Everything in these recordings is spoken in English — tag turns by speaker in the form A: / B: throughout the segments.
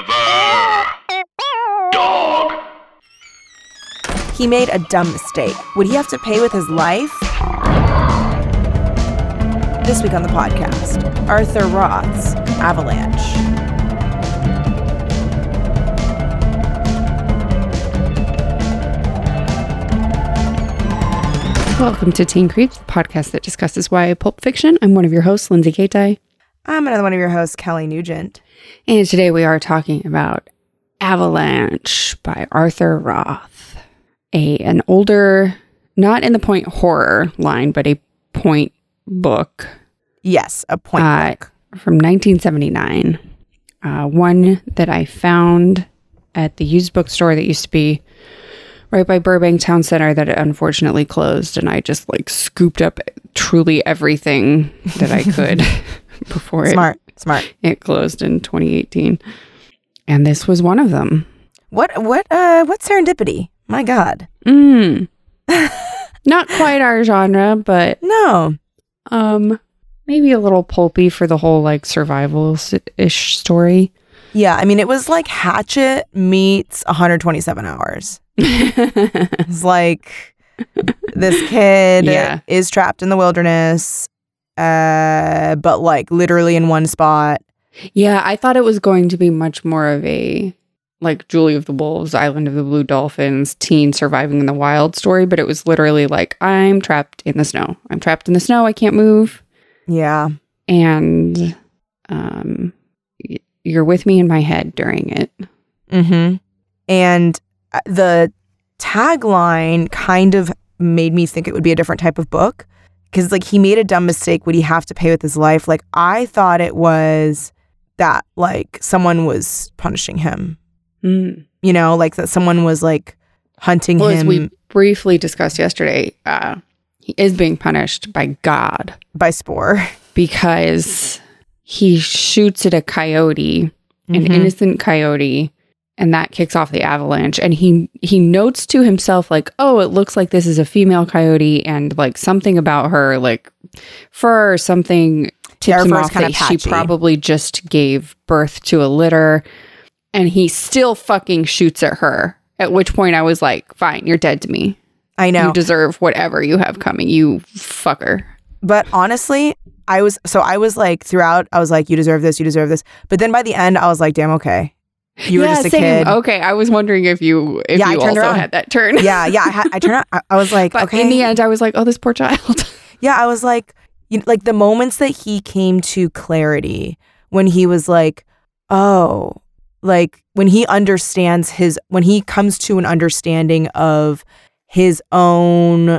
A: Forever. Dog.
B: He made a dumb mistake. Would he have to pay with his life? This week on the podcast, Arthur Roth's Avalanche.
C: Welcome to Teen Creeps, the podcast that discusses YA pulp fiction. I'm one of your hosts, Lindsay Kaitai,
B: I'm another one of your hosts, Kelly Nugent.
C: and today we are talking about Avalanche by Arthur Roth, a an older, not in the point horror line, but a point book
B: Yes, a point
C: Uh,
B: book.
C: from 1979. Uh, one that I found at the used bookstore that used to be right by Burbank Town Center that unfortunately closed. And I just like scooped up truly everything that I could before it,
B: Smart, smart.
C: it closed in 2018. And this was one of them.
B: What, what, uh, what serendipity? My God.
C: Mm. Not quite our genre, but
B: No.
C: um, maybe a little pulpy for the whole like survival ish story.
B: Yeah, I mean, it was like Hatchet meets 127 hours. It's like this kid
C: Yeah.
B: is trapped in the wilderness, uh, but like literally in one spot.
C: Yeah, I thought it was going to be much more of a like Julie of the Wolves, Island of the Blue Dolphins, teen surviving in the wild story, but it was literally like, I'm trapped in the snow. I'm trapped in the snow. I can't move.
B: Yeah.
C: And um, y- you're with me in my head during it.
B: Mm-hmm. And uh, the tagline kind of made me think it would be a different type of book because like he made a dumb mistake. Would he have to pay with his life? Like I thought it was that like someone was punishing him.
C: Mm.
B: You know, like that someone was like hunting
C: Well, as
B: him
C: we briefly discussed yesterday, uh, he is being punished by God
B: by spore.
C: because he shoots at a coyote an
B: Mhm.
C: innocent coyote and that kicks off the avalanche and he he notes to himself like oh it looks like this is a female coyote and like something about her like fur or something
B: Yeah,
C: tips
B: her
C: him
B: fur's
C: off
B: kinda
C: that she
B: patchy.
C: probably just gave birth to a litter and he still fucking shoots at her at which point i was like fine you're dead to me
B: I know.
C: you deserve whatever you have coming you fucker
B: But honestly, I was so I was like throughout, I was like, you deserve this, you deserve this. But then by the end, I was like, damn, okay. You were
C: Yeah,
B: just a
C: same.
B: kid.
C: okay i was wondering if you if
B: Yeah, I
C: you
B: turned
C: also
B: around.
C: had that turn
B: Yeah, yeah. I, ha- I turned out, I, I was like,
C: but
B: okay.
C: in the end i was like oh this poor child
B: yeah, I was like, you know, like the moments that he came to clarity when he was like, oh, like when he understands his, when he comes to an understanding of his own,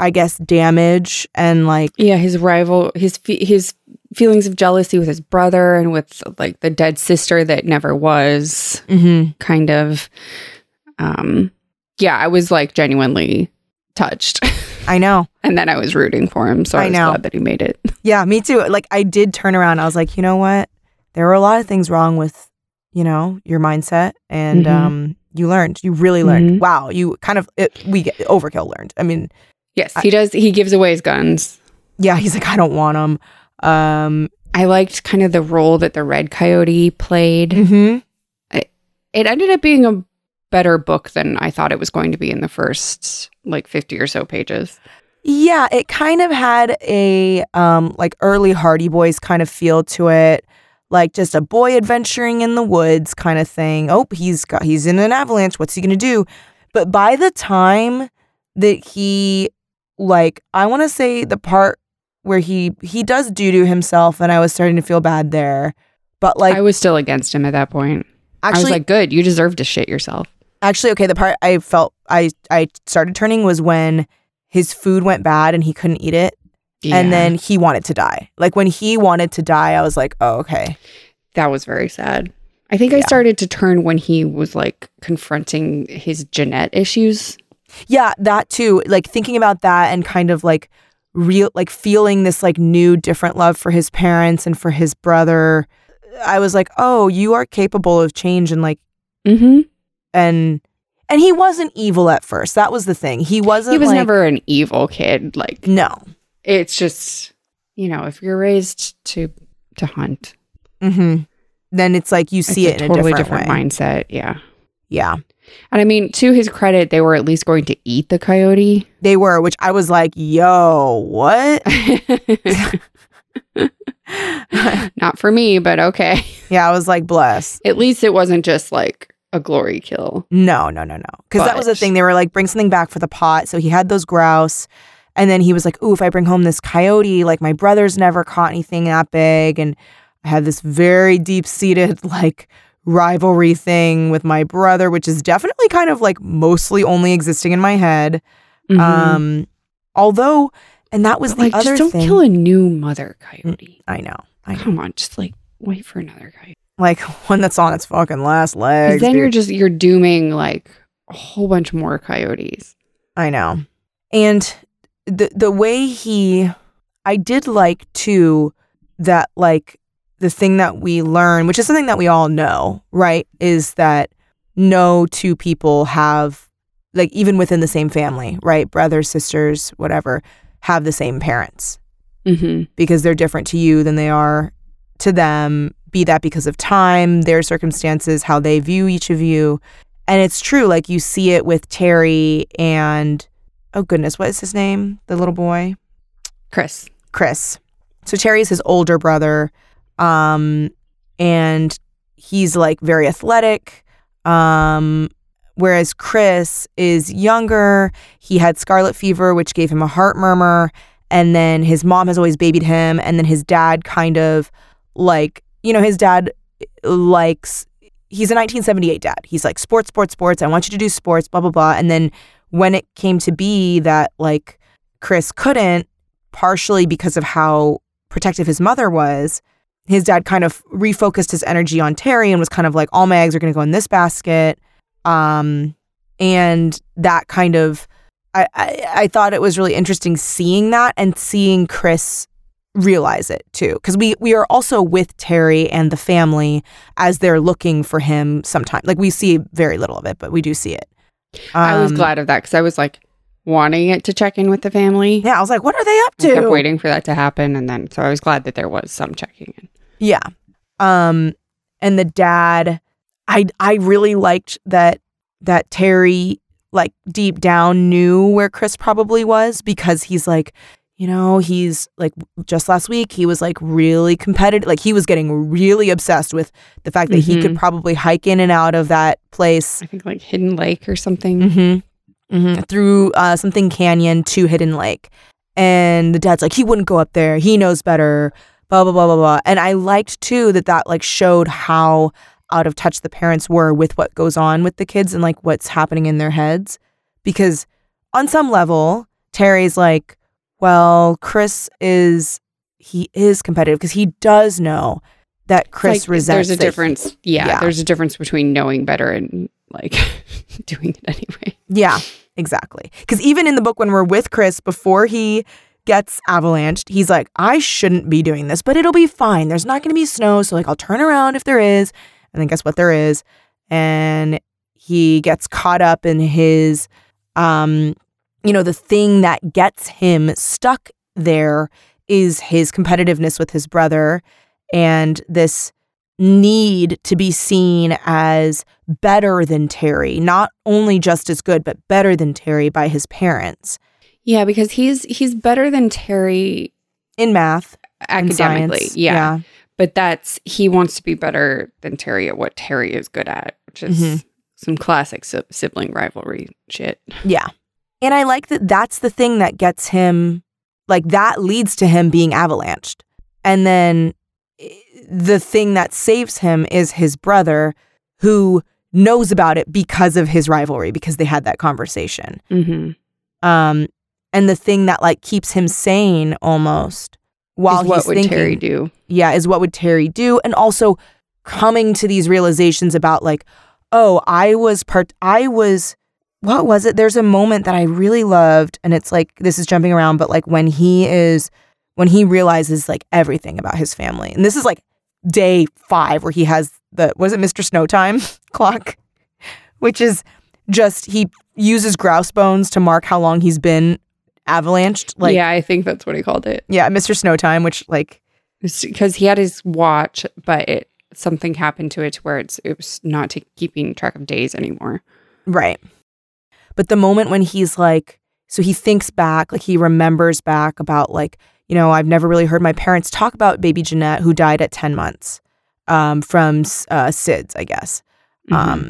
B: I guess, damage and like,
C: Yeah, his rival, his fe- his feelings of jealousy with his brother and with like the dead sister that never was,
B: mm-hmm.
C: kind of. Um, yeah, I was like genuinely touched,
B: I know.
C: and then I was rooting for him, so I,
B: I
C: was
B: know.
C: glad that he made it.
B: Yeah, me too. Like I did turn around. I was like, you know what? There were a lot of things wrong with, you know, your mindset, and
C: Mhm.
B: um, you learned. You really learned.
C: Mhm.
B: Wow, you kind of it, we get overkill learned. I mean,
C: Yes,
B: I-
C: he does. He gives away his guns.
B: yeah, he's like, I don't want him. Um,
C: I liked kind of the role that the red coyote played.
B: mhm.
C: It ended up being a better book than I thought it was going to be in the first like fifty or so pages.
B: yeah, it kind of had a um like early Hardy Boys kind of feel to it. Like just a boy adventuring in the woods kind of thing. Oh, he's got he's in an avalanche. What's he gonna do? But by the time that he like I want to say the part where he he does do to himself and I was starting to feel bad there. But like
C: I was still against him at that point. I was
B: actually
C: like, "Good, you deserve to shit yourself."
B: actually okay, the part I felt I I started turning was when his food went bad and he couldn't eat it
C: Yeah.
B: and then he wanted to die. Like when he wanted to die, I was like, "Oh, okay."
C: that was very sad. I think I
B: Yeah.
C: started to turn when he was like confronting his Jeanette issues.
B: Yeah, that too. Like thinking about that and kind of like real like feeling this like new different love for his parents and for his brother. I was like, "Oh, you are capable of change and like
C: Mm-hmm.
B: and and he wasn't evil at first. That was the thing. He wasn't
C: He was
B: like-
C: never an evil kid. Like
B: No.
C: it's just you know if you're raised to to hunt
B: Mhm. then it's like you see
C: it's
B: it
C: a
B: in
C: totally
B: a different, way.
C: mindset. Yeah.
B: Yeah,
C: And I mean, to his credit, they were at least going to eat the coyote.
B: they were, which I was like, yo, what?
C: Not for me, but okay.
B: yeah, I was like, bless.
C: At least it wasn't just like a glory kill.
B: No, no, no, no. Because that was the
C: But-
B: thing. They were like, bring something back for the pot. So he had those grouse. And then he was like, ooh, if I bring home this coyote, like my brother's never caught anything that big. And I have this very deep seated, like, rivalry thing with my brother, which is definitely kind of like mostly only existing in my head.
C: Mhm.
B: Um, although, and that was
C: But,
B: the
C: like,
B: other
C: just don't
B: thing. Mm.
C: kill a new mother coyote.
B: I know. I know.
C: Come on, just like wait for another coyote.
B: Like one that's on its fucking last
C: 'Cause
B: legs.
C: then
B: dude.
C: you're just you're dooming like a whole bunch more coyotes.
B: I know. And the the way he I did like too that like the thing that we learn, which is something that we all know, right, is that no two people have like even within the same family, right? Brothers, sisters, whatever, have the same parents
C: hmm
B: because they're different to you than they are to them, be that because of time, their circumstances, how they view each of you. And it's true, like you see it with Terry and oh goodness, what is his name? The little boy?
C: Chris.
B: Chris. So Terry's his older brother. Um and he's like very athletic. Um whereas Chris is younger. He had scarlet fever which gave him a heart murmur and then his mom has always babied him and then his dad kind of like you know his dad uh, likes he's a 1978 dad. He's like sports sports sports. I want you to do sports blah blah blah and then when it came to be that like Chris couldn't partially because of how protective his mother was, his dad kind of refocused his energy on Terry and was kind of like, all my eggs are going to go in this basket. Um, and that kind of, I, I, I thought it was really interesting seeing that and seeing Chris realize it too. Cause we, we are also with Terry and the family as they're looking for him sometimes. Like we see very little of it, but we do see it.
C: I was
B: Um,
C: glad of that because I was like wanting it to check in with the family.
B: Yeah. I was like, what are they up
C: I
B: to?
C: kept waiting for that to happen, and then so I was glad that there was some checking in.
B: Yeah. Um and the dad I I really liked that that Terry like deep down knew where Chris probably was because he's like you know, he's like just last week he was like really competitive, like he was getting really obsessed with the fact that he could probably hike in and out of that place
C: I think like Hidden Lake or something.
B: Mm-hmm. Mm-hmm. Through uh, something canyon to Hidden Lake. And the dad's like, he wouldn't go up there. He knows better. Blah, blah, blah, blah, blah. And I liked too that that like showed how out of touch the parents were with what goes on with the kids and like what's happening in their heads. Because on some level, Terry's like, well, Chris is, he is competitive because he does know that Chris
C: Like,
B: resents
C: There's a
B: that he-
C: difference. Yeah,
B: yeah.
C: there's a difference between knowing better and like doing it anyway.
B: Yeah, exactly. Because even in the book, when we're with Chris, before he gets avalanched, he's like, I shouldn't be doing this, but it'll be fine. There's not going to be snow. So, like, I'll turn around if there is. And then guess what? There is. And he gets caught up in his, um, you know, the thing that gets him stuck there is his competitiveness with his brother and this need to be seen as better than Terry, not only just as good, but better than Terry by his parents
C: Yeah, because he's he's better than Terry
B: in math, and
C: academically.
B: science.
C: Yeah, but that's he wants to be better than Terry at what Terry is good at, which is
B: Mhm.
C: some classic si- sibling rivalry shit.
B: yeah, yeah. And I like that that's the thing that gets him, like, that leads to him being avalanched. And then eh, the thing that saves him is his brother who knows about it because of his rivalry, because they had that conversation.
C: Mm-hmm.
B: Um, and the thing that like keeps him sane almost while
C: what
B: he's
C: would
B: thinking,
C: Terry do?
B: yeah, is what would Terry do? And also coming to these realizations about like, oh, I was part, I was, what was it? There's a moment that I really loved, and it's like this is jumping around, but like when he is, when he realizes like everything about his family, and this is like day five where he has the was it Mr. Snowtime clock, which is just he uses grouse bones to mark how long he's been avalanched, like yeah,
C: yeah, I think that's what he called it.
B: yeah Mr. Snowtime, which like
C: because he had his watch, but it something happened to it to where it's it was not ta- keeping track of days anymore.
B: Right. But the moment when he's like, so he thinks back, like he remembers back about like, you know, I've never really heard my parents talk about baby Jeanette who died at 10 months um, from uh, SIDS, I guess.
C: Mhm.
B: Um,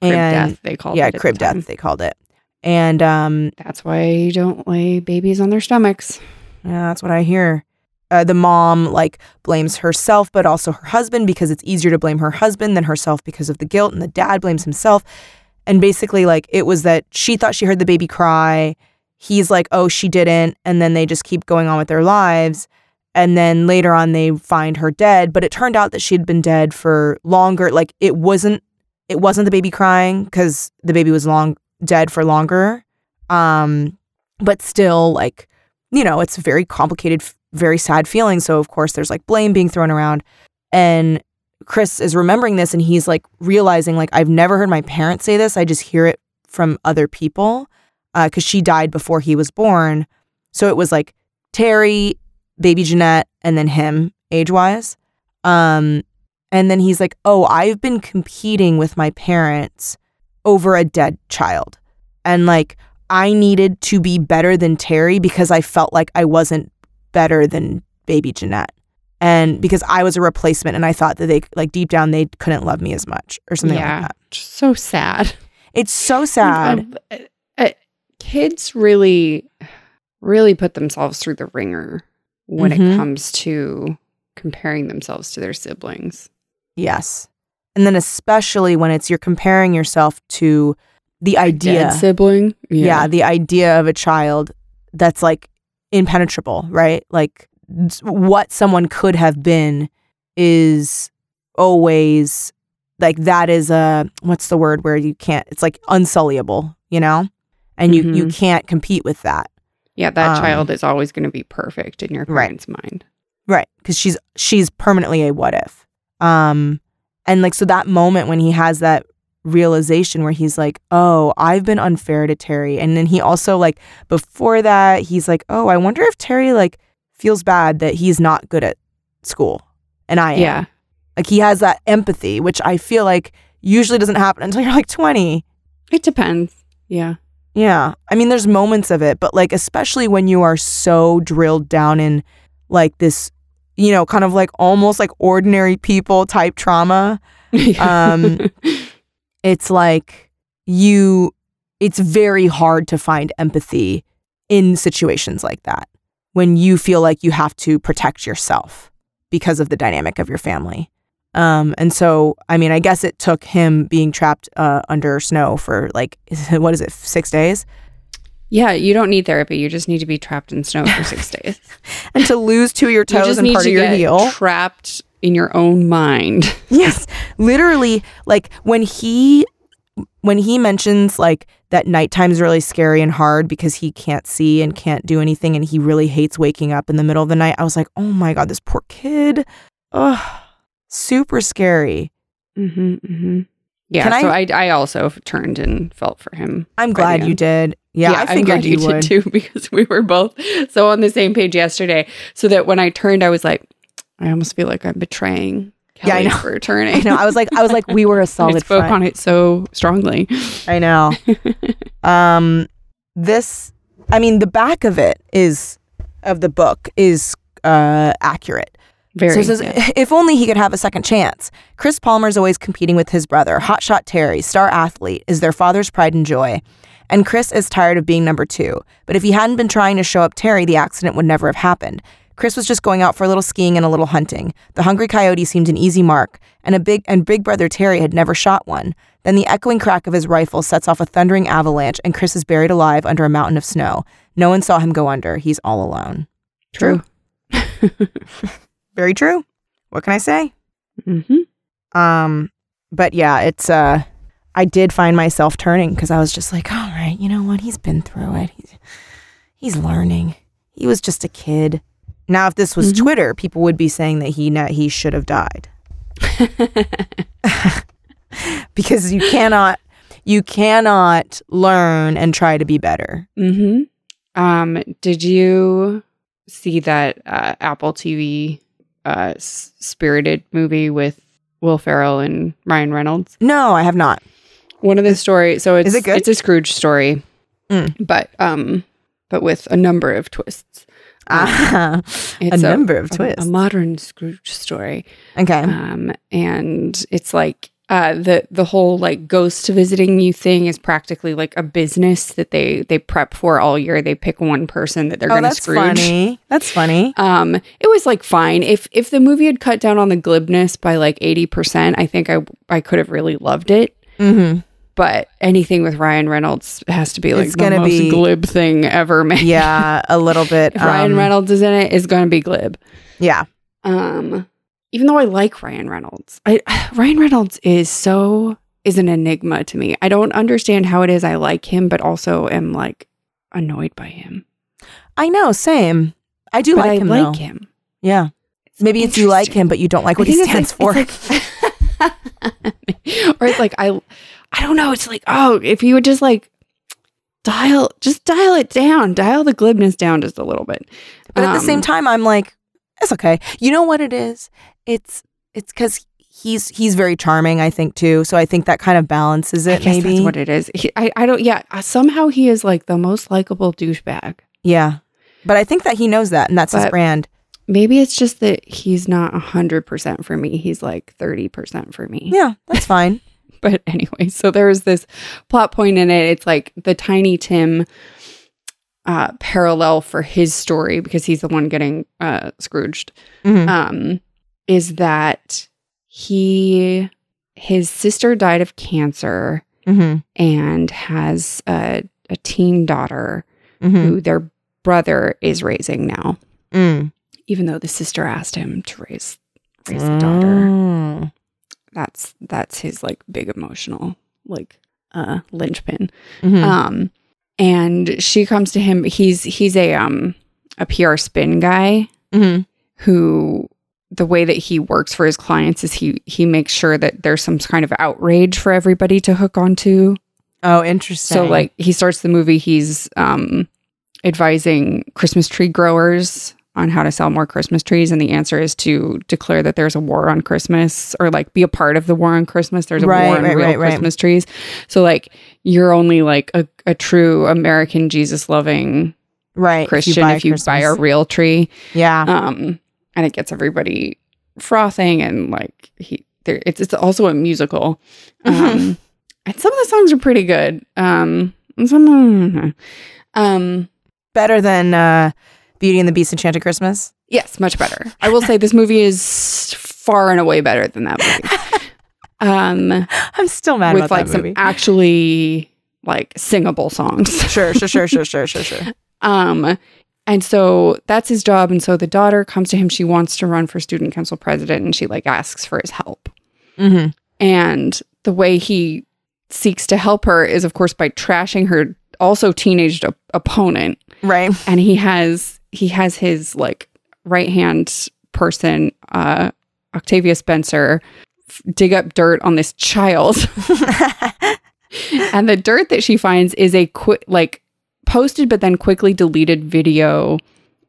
C: crib
B: and
C: death they called
B: yeah,
C: it. at the
B: crib
C: time.
B: death, they called it. And um,
C: That's why you don't lay babies on their stomachs.
B: Yeah, that's what I hear. Uh, the mom like blames herself, but also her husband because it's easier to blame her husband than herself because of the guilt, and the dad blames himself. And basically, like it was that she thought she heard the baby cry. He's like, "Oh, she didn't," and then they just keep going on with their lives. And then later on, they find her dead. But it turned out that she had been dead for longer. Like it wasn't, it wasn't the baby crying because the baby was long dead for longer. Um, but still, like you know, it's a very complicated, f- very sad feeling. So, of course, there's like blame being thrown around. And Chris is remembering this and he's like realizing, like, I've never heard my parents say this. I just hear it from other people because she died before he was born. So it was like Terry, baby Jeanette, and then him age wise. Um, and then he's like, oh, I've been competing with my parents over a dead child. And like, I needed to be better than Terry because I felt like I wasn't better than baby Jeanette. And because I was a replacement and I thought that they like deep down they couldn't love me as much or something
C: Yeah.
B: like that.
C: Just so sad.
B: It's so sad.
C: Uh, uh, kids really, really put themselves through the ringer when
B: Mhm.
C: it comes to comparing themselves to their siblings.
B: Yes. And then especially when it's you're comparing yourself to the idea.
C: Dead sibling.
B: yeah. the idea of a child that's like impenetrable, right? Like s- what someone could have been is always like that is a what's the word where you can't it's like unsullyable, you know? And you you can't compete with that.
C: Yeah, that
B: Um,
C: child is always going to be perfect in your
B: Right.
C: parents' mind.
B: Right, because she's she's permanently a what if. Um, and like so that moment when he has that realization where he's like, "Oh, I've been unfair to Terry," and then he also like before that he's like, "Oh, I wonder if Terry like feels bad that he's not good at school, and I am."
C: Yeah.
B: Like he has that empathy, which I feel like usually doesn't happen until you're like twenty.
C: It depends. Yeah.
B: Yeah. I mean, there's moments of it, but like, especially when you are so drilled down in like this, you know, kind of like almost like ordinary people type trauma, Um, it's like you, it's very hard to find empathy in situations like that when you feel like you have to protect yourself because of the dynamic of your family. Um, and so, I mean, I guess it took him being trapped uh, under snow for like, what is it, six days?
C: yeah, you don't need therapy. You just need to be trapped in snow for six days.
B: and to lose two of your
C: you
B: toes
C: just
B: and
C: need
B: part
C: to
B: of your
C: get
B: heel.
C: trapped in your own mind.
B: yes, literally. Like when he when he mentions like that nighttime's really scary and hard because he can't see and can't do anything and he really hates waking up in the middle of the night. I was like, oh my god, this poor kid. Ugh, super scary.
C: Mm-hmm, mm-hmm. Yeah.
B: Can
C: so I, I also turned and felt for him.
B: I'm
C: by the
B: glad you
C: end.
B: did. Yeah, I
C: I'm
B: figured
C: glad
B: you,
C: you,
B: would.
C: did too because we were both so on the same page yesterday. So that when I turned, I was like, I almost feel like I'm betraying
B: Yeah, I
C: Kelly
B: know.
C: for turning.
B: I know. I was like, I was like, we were a
C: I
B: solid
C: spoke
B: front.
C: on it so strongly.
B: I know. um, this, I mean, the back of it is of the book is uh, accurate.
C: Very.
B: so it says, if only he could have a second chance. Chris Palmer's always competing with his brother, hotshot Terry, star athlete, is their father's pride and joy. And Chris is tired of being number two. But if he hadn't been trying to show up Terry, the accident would never have happened. Chris was just going out for a little skiing and a little hunting. The hungry coyote seemed an easy mark, and a big and big brother Terry had never shot one. Then the echoing crack of his rifle sets off a thundering avalanche, and Chris is buried alive under a mountain of snow. No one saw him go under. He's all alone.
C: True.
B: Very true. What can I say?
C: hmm
B: Um, but yeah, it's uh, I did find myself turning because I was just like, all right, you know what? He's been through it. He's he's learning. He was just a kid. Now, if this was
C: Mhm.
B: Twitter, people would be saying that he not, he should have died
C: Mm-hmm.
B: because you cannot you cannot learn and try to be better.
C: hmm Um, did you see that uh, Apple TV uh, s- spirited movie with Will Ferrell and Ryan Reynolds.
B: No, I have not.
C: One of the story, so it's
B: Is it good?
C: it's a Scrooge story,
B: Mm.
C: but um, but with a number of twists.
B: Ah, a
C: It's a-
B: number of
C: a-
B: twists.
C: a modern Scrooge story.
B: okay.
C: um, and it's like uh, the the whole like ghost visiting you thing is practically like a business that they they prep for all year. They pick one person that they're
B: oh,
C: going to
B: that's
C: Scrooge.
B: funny. That's funny.
C: Um, it was like fine. If if the movie had cut down on the glibness by like eighty percent, I think I I could have really loved it.
B: hmm
C: But anything with Ryan Reynolds has to be like
B: It's
C: the
B: gonna
C: most
B: be-
C: glib thing ever made.
B: Yeah, a little bit.
C: if Ryan
B: um,
C: Reynolds is in it, it's going to be glib.
B: Yeah.
C: um even though i like ryan reynolds i ryan reynolds is so is an enigma to me i don't understand how it is i like him but also am like annoyed by him
B: I know. Same. I do
C: But
B: like
C: I
B: him.
C: like
B: though.
C: him
B: Yeah. Maybe it's you like
C: Interesting.
B: him, but you don't like what
C: I
B: he
C: think it's
B: stands for.
C: like- it's like- or it's like i i don't know it's like oh if you would just like dial just dial it down dial the glibness down just a little bit
B: But at the same
C: Um,
B: time, I'm like, it's okay. You know what it is? It's it's because he's he's very charming, I think too. So I think that kind of balances
C: I
B: it.
C: guess
B: maybe
C: that's what it is. He, I, I don't. Yeah. uh, Somehow he is like the most likable douchebag.
B: yeah. But I think that he knows that, and that's his
C: But-
B: brand.
C: Maybe it's just that he's not 100% for me. He's like 30% for me.
B: Yeah, that's fine.
C: But anyway, so there was this plot point in it. It's like the Tiny Tim uh, parallel for his story because he's the one getting uh, Scrooged.
B: Mhm.
C: Um, is that he, his sister died of cancer
B: Mhm.
C: and has a, a teen daughter
B: Mhm.
C: who their brother is raising now,
B: Mm.
C: even though the sister asked him to raise raise the daughter.
B: Mm.
C: that's that's his like big emotional like uh linchpin
B: Mhm.
C: um and she comes to him he's he's a um a pr spin guy
B: Mhm.
C: who the way that he works for his clients is he he makes sure that there's some kind of outrage for everybody to hook onto
B: Oh, interesting.
C: so like he starts the movie he's um advising Christmas tree growers on how to sell more Christmas trees and the answer is to declare that there's a war on Christmas or like be a part of the war on Christmas there's a
B: Right,
C: war on
B: right,
C: real
B: right, right.
C: Christmas trees. So like you're only like a, a true American Jesus loving
B: right
C: Christian if you buy a
B: Christmas.
C: real tree.
B: yeah.
C: Um and it gets everybody frothing and like he there it's it's also a musical.
B: Mm-hmm.
C: Um, and some of the songs are pretty good. Um, and some, um,
B: Better than uh, Beauty and the Beast, Enchanted Christmas.
C: yes, much better. I will say this movie is far and away better than that movie. Um,
B: I'm still mad
C: with
B: about
C: like
B: that
C: some
B: movie.
C: actually like singable songs.
B: sure, sure, sure, sure, sure, sure, sure.
C: Um, and so that's his job. And so the daughter comes to him. She wants to run for student council president, and she like asks for his help.
B: Mm-hmm.
C: And the way he seeks to help her is, of course, by trashing her also teenage op- opponent.
B: Right.
C: and he has he has his like right hand person uh octavia spencer f- dig up dirt on this child
B: Mm-hmm.
C: and the dirt that she finds is a quick like posted but then quickly deleted video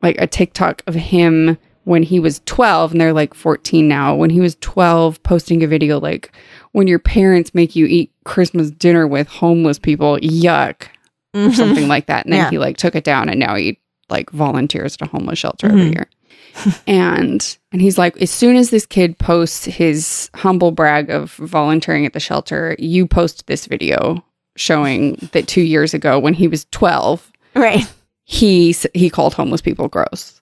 C: like a tiktok of him when he was 12 and they're like 14 now when he was 12 posting a video like when your parents make you eat christmas dinner with homeless people yuck or something like that. And then
B: Yeah.
C: he like took it down and now he like volunteers at a homeless shelter
B: Mhm.
C: every year. and and he's like, as soon as this kid posts his humble brag of volunteering at the shelter, you post this video showing that two years ago when he was twelve,
B: Right.
C: he s- he called homeless people gross.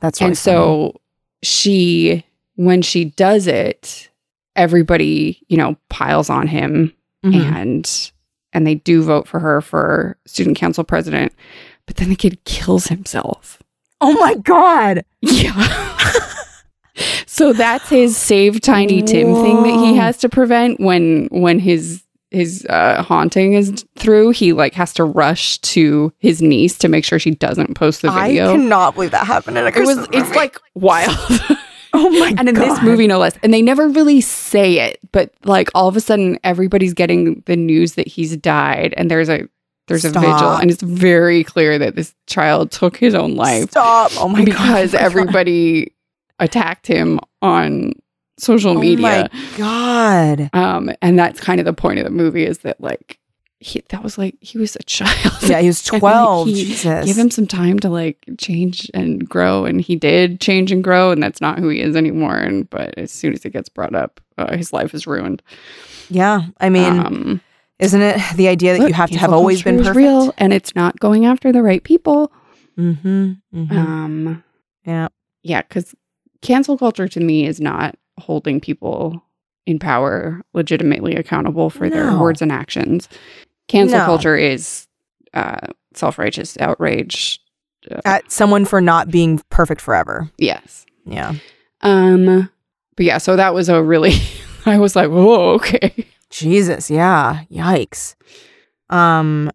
B: That's
C: and so she when she does it, everybody, you know, piles on him
B: Mm-hmm.
C: and and they do vote for her for student council president but then the kid kills himself
B: Oh my god.
C: yeah so that's his save tiny tim thing that he
B: Whoa.
C: has to prevent when when his his uh, haunting is through he like has to rush to his niece to make sure she doesn't post the
B: I
C: video
B: cannot believe that happened in a
C: it
B: Christmas.
C: was it's like wild
B: oh my
C: and in this movie no less and they never really say it but like all of a sudden everybody's getting the news that he's died and there's a there's a vigil
B: Stop.
C: and it's very clear that this child took his own life
B: Stop. Oh my god.
C: because
B: Oh my God.
C: everybody attacked him on social media.
B: Oh my god.
C: Um, and that's kind of the point of the movie is that like he that was like he was a child.
B: Yeah, he was
C: And, like,
B: 12.
C: he-
B: Jesus.
C: Give him some time to like change and grow, and he did change and grow, and that's not who he is anymore. And but as soon as it gets brought up, uh, his life is ruined.
B: yeah. I mean,
C: um,
B: isn't it the idea that
C: look,
B: you have to have
C: cancel
B: always been
C: culture
B: perfect?
C: is real, and it's not going after the right people.
B: Mm-hmm. hmm
C: Um,
B: yeah.
C: yeah, because cancel culture to me is not holding people in power legitimately accountable for their
B: No.
C: words and actions. Cancel
B: No.
C: culture is uh, self righteous outrage. Uh,
B: At someone for not being perfect forever.
C: yes.
B: Yeah.
C: Um, but yeah, so that was a really, I was like, whoa, okay.
B: Jesus. Yeah. Yikes. Um.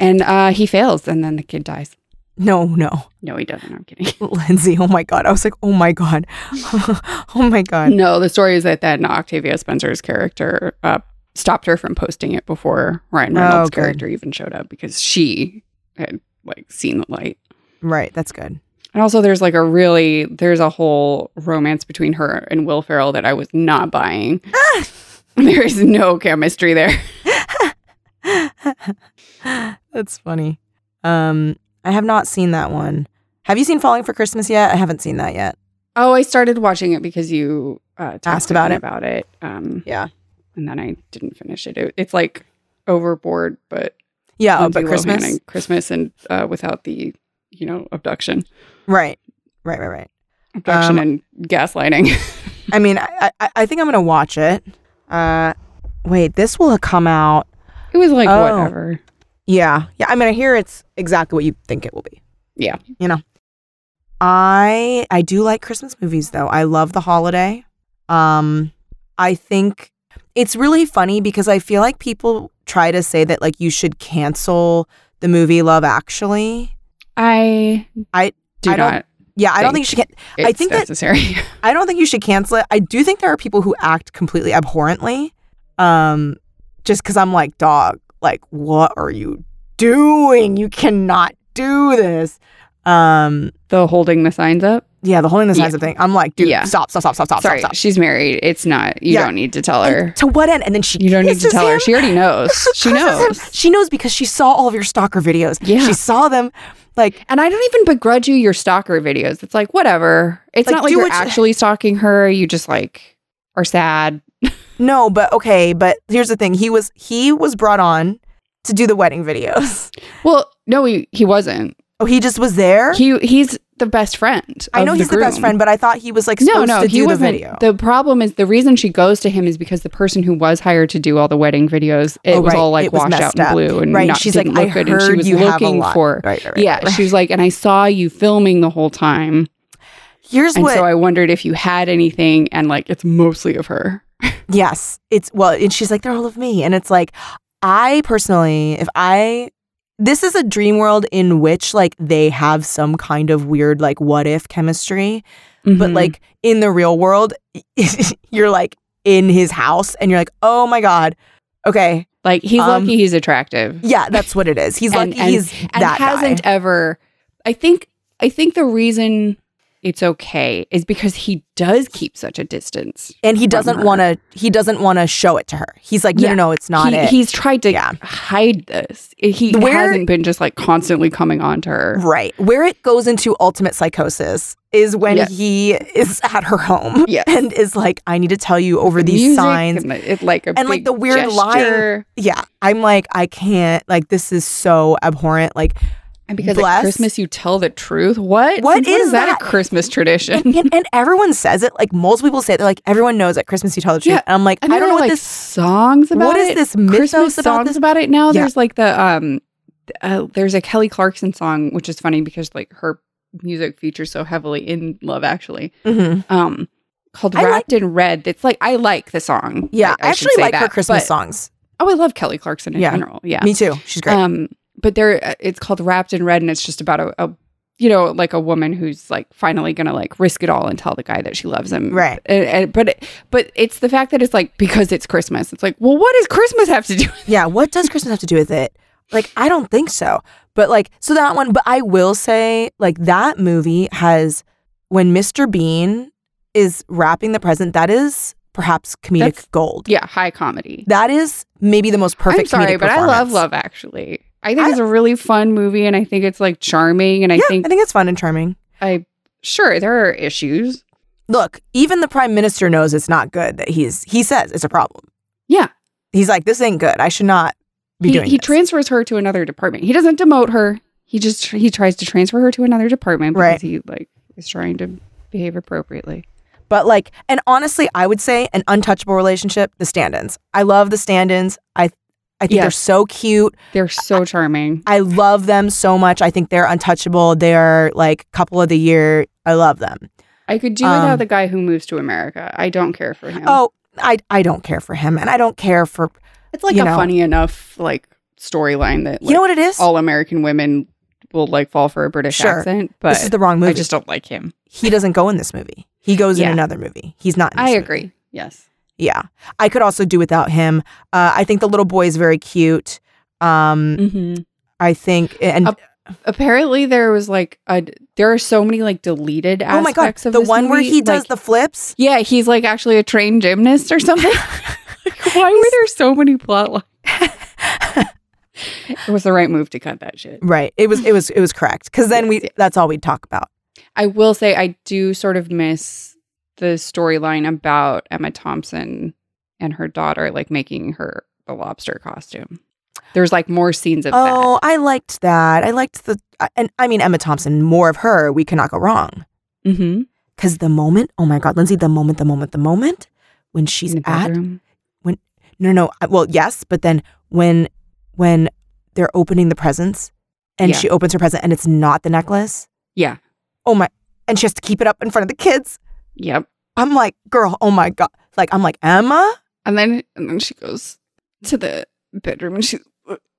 C: And uh, he fails, and then the kid dies.
B: No. No.
C: No, he doesn't. I'm kidding.
B: Lindsay. Oh my god. I was like, oh my god. oh my god.
C: No, the story is that then Octavia Spencer's character uh, stopped her from posting it before Ryan
B: Oh,
C: Reynolds'
B: good.
C: character even showed up because she had like seen the light.
B: Right. That's good.
C: And also, there's like a really there's a whole romance between her and Will Ferrell that I was not buying. there is no chemistry there.
B: That's funny. Um, I have not seen that one. Have you seen Falling for Christmas yet? I haven't seen that yet.
C: Oh, I started watching it because you uh,
B: Asked
C: texted
B: about
C: me
B: it.
C: About it, um,
B: Yeah.
C: And then I didn't finish it. it it's like overboard, but
B: Yeah, oh,
C: Lindsay
B: but
C: Lohan
B: Christmas.
C: and Christmas, and uh, without the you know abduction,
B: Right. Right, right, right. Um,
C: abduction and gaslighting.
B: I mean, I, I, I think I'm gonna watch it. Uh, wait, this will come out.
C: it was like
B: Oh.
C: whatever.
B: Yeah, yeah. I mean, I hear it's exactly what you think it will be.
C: Yeah.
B: you know, I I do like Christmas movies though. I love the holiday. Um, I think it's really funny because I feel like people try to say that like you should cancel the movie Love Actually.
C: I
B: I-
C: do
B: I don't
C: not.
B: Yeah, I don't think you should.
C: Think.
B: Can-
C: It's
B: I think that-
C: necessary.
B: I don't think you should cancel it. I do think there are people who act completely abhorrently. Um, just because I'm like, dog, like, what are you doing? You cannot do this. Um,
C: the holding the signs up.
B: yeah, the holding the signs
C: Yeah.
B: of thing. I'm like, dude,
C: Yeah.
B: stop, stop, stop, stop, stop,
C: Sorry,
B: stop, stop.
C: she's married. It's not. You
B: Yeah.
C: don't need to tell
B: And
C: her.
B: to what end? And then she
C: You don't need to
B: kisses
C: tell her.
B: him.
C: She already knows.
B: kisses
C: She
B: him.
C: knows.
B: She knows because she saw all of your stalker videos.
C: Yeah.
B: She saw them. Like,
C: And I don't even begrudge you your stalker videos. It's like whatever. It's
B: Like,
C: not like
B: do
C: you're
B: what you-
C: actually stalking her. You just like are sad.
B: no, but okay, but here's the thing. He was he was brought on to do the wedding videos.
C: Well, no, he he wasn't.
B: Oh, he just was there?
C: He he's the best friend.
B: I
C: of
B: know he's the best
C: groom.
B: friend, but I thought he was like
C: No,
B: supposed
C: no,
B: to
C: he
B: do the
C: wasn't.
B: video.
C: The problem is the reason she goes to him is because the person who was hired to do all the wedding videos, it
B: Oh,
C: was
B: right.
C: all like
B: It was
C: washed out
B: messed
C: in
B: up.
C: blue and
B: right?
C: not,
B: She's like,
C: didn't
B: I
C: look good.
B: heard
C: And she was
B: you have a
C: looking
B: lot.
C: for
B: Right, right, right,
C: yeah,
B: right.
C: she was like, and I saw you filming the whole time,
B: Here's
C: and
B: what.
C: so I wondered if you had anything, and like it's mostly of her.
B: yes, it's well, and she's like, they're all of me, and it's like, I personally, if I, this is a dream world in which like they have some kind of weird like what if chemistry, but
C: Mhm.
B: like in the real world, you're like in his house, and you're like, oh my god, okay,
C: like he's
B: um,
C: lucky he's attractive.
B: yeah, that's what it is. He's
C: And-
B: lucky
C: and-
B: he's
C: and
B: that
C: hasn't
B: guy.
C: ever. I think. I think the reason it's okay is because he does keep such a distance.
B: And he
C: from
B: doesn't
C: her.
B: want to. He doesn't want to show it to her. He's like, no,
C: Yeah.
B: no, no, it's not
C: he,
B: it.
C: He's tried to
B: Yeah.
C: hide this. He
B: Where-
C: hasn't been just like constantly coming on to her.
B: Right. Where it goes into ultimate psychosis is when
C: Yes.
B: he is at her home
C: Yes.
B: and is like, I need to tell you over
C: The
B: these
C: music
B: signs.
C: and the, it, like a
B: and, like,
C: big
B: the weird lying-
C: gesture.
B: yeah. I'm like, I can't, like, this is so abhorrent. Like,
C: And because
B: Bless.
C: at Christmas you tell the truth. What?
B: What
C: Since
B: is
C: when that?
B: that?
C: A Christmas tradition?
B: and, and everyone says it, like, multiple people say it. They're like, everyone knows at Christmas you tell the truth.
C: Yeah.
B: And I'm like,
C: And
B: I don't
C: there
B: know
C: are,
B: what
C: like,
B: this,
C: songs about.
B: what is
C: it.
B: this mythos
C: Christmas
B: about
C: songs
B: this?
C: about it now?
B: Yeah.
C: There's like the um, uh, there's a Kelly Clarkson song which is funny because like her music features so heavily in Love Actually.
B: Mhm.
C: um called
B: I like-
C: Wrapped in Red. That's like I like the song.
B: Yeah. I,
C: should
B: actually
C: say
B: like her
C: that,
B: Christmas
C: but-
B: songs.
C: Oh, I love Kelly Clarkson in
B: Yeah.
C: general. Yeah.
B: Me too. She's great.
C: Um but there it's called Wrapped in Red and it's just about a, a you know, like a woman who's like finally going to like risk it all and tell the guy that she loves him.
B: Right.
C: And, and- but it- but it's the fact that it's like because it's Christmas. It's like, "Well, what does Christmas have to do?"
B: Yeah, what does Christmas have to do with it? Like, I don't think so. But like, so that one, but I will say, like, that movie has when Mr. Bean is wrapping the present. That is perhaps comedic
C: That's-
B: gold.
C: Yeah, high comedy.
B: That is maybe the most perfect.
C: I'm sorry,
B: comedic
C: but I love
B: performance.
C: Love Actually. I think
B: I-
C: it's a really fun movie, and I think it's like charming, and I
B: yeah,
C: think
B: I think it's fun and charming.
C: I sure there are issues.
B: Look, even the prime minister knows it's not good. That he's he says it's a problem.
C: Yeah,
B: He's like, this ain't good. I should not be
C: he,
B: doing.
C: he
B: this.
C: transfers her to another department. He doesn't demote her. He just he tries to transfer her to another department because
B: Right.
C: he like is trying to behave appropriately.
B: But like, and honestly, I would say an untouchable relationship, the stand-ins. I love the stand-ins. I I think they're
C: Yes.
B: so cute.
C: They're so charming.
B: I love them so much. I think they're untouchable. They're like couple of the year. I love them.
C: I could do without
B: Um,
C: the guy who moves to America. I don't care for him.
B: Oh, I I don't care for him and I don't care for
C: it's like
B: you
C: a
B: know.
C: funny enough like storyline that like,
B: You know what it is?
C: all American women will like fall for a British
B: Sure.
C: accent, but
B: this is the wrong movie.
C: I just don't like him.
B: he doesn't go in this movie. He goes in
C: Yeah.
B: another movie. He's not in this
C: I
B: movie.
C: agree. Yes.
B: Yeah. I could also do without him. Uh, I think the little boy is very cute. Um
C: Mm-hmm.
B: I think and
C: Up- Apparently, there was like a there are so many like deleted
B: oh my god,
C: aspects of
B: the
C: this
B: one where
C: movie,
B: he does
C: like-
B: the flips.
C: Yeah, he's like actually a trained gymnast or something. like, why were there so many plot lines? it was the right move to cut that shit.
B: Right. It was it was it was correct cuz then
C: Yes,
B: we
C: yes.
B: that's all we'd talk about.
C: I will say I do sort of miss the storyline about Emma Thompson and her daughter like making her the lobster costume. There's like more scenes of
B: Oh, I liked that. I liked the I- and I mean Emma Thompson, more of her, we cannot go wrong.
C: that. Mm-hmm.
B: Cuz the moment, oh my god, Lindsay, the moment, the moment, the moment when she's
C: In the
B: at
C: bedroom.
B: No, no. I- Well, yes, but then when when they're opening the presents and
C: Yeah.
B: she opens her present and it's not the necklace.
C: Yeah.
B: Oh my! And she has to keep it up in front of the kids.
C: Yep.
B: I'm like, girl. Oh my god. Like I'm like Emma.
C: And then and then she goes to the bedroom and she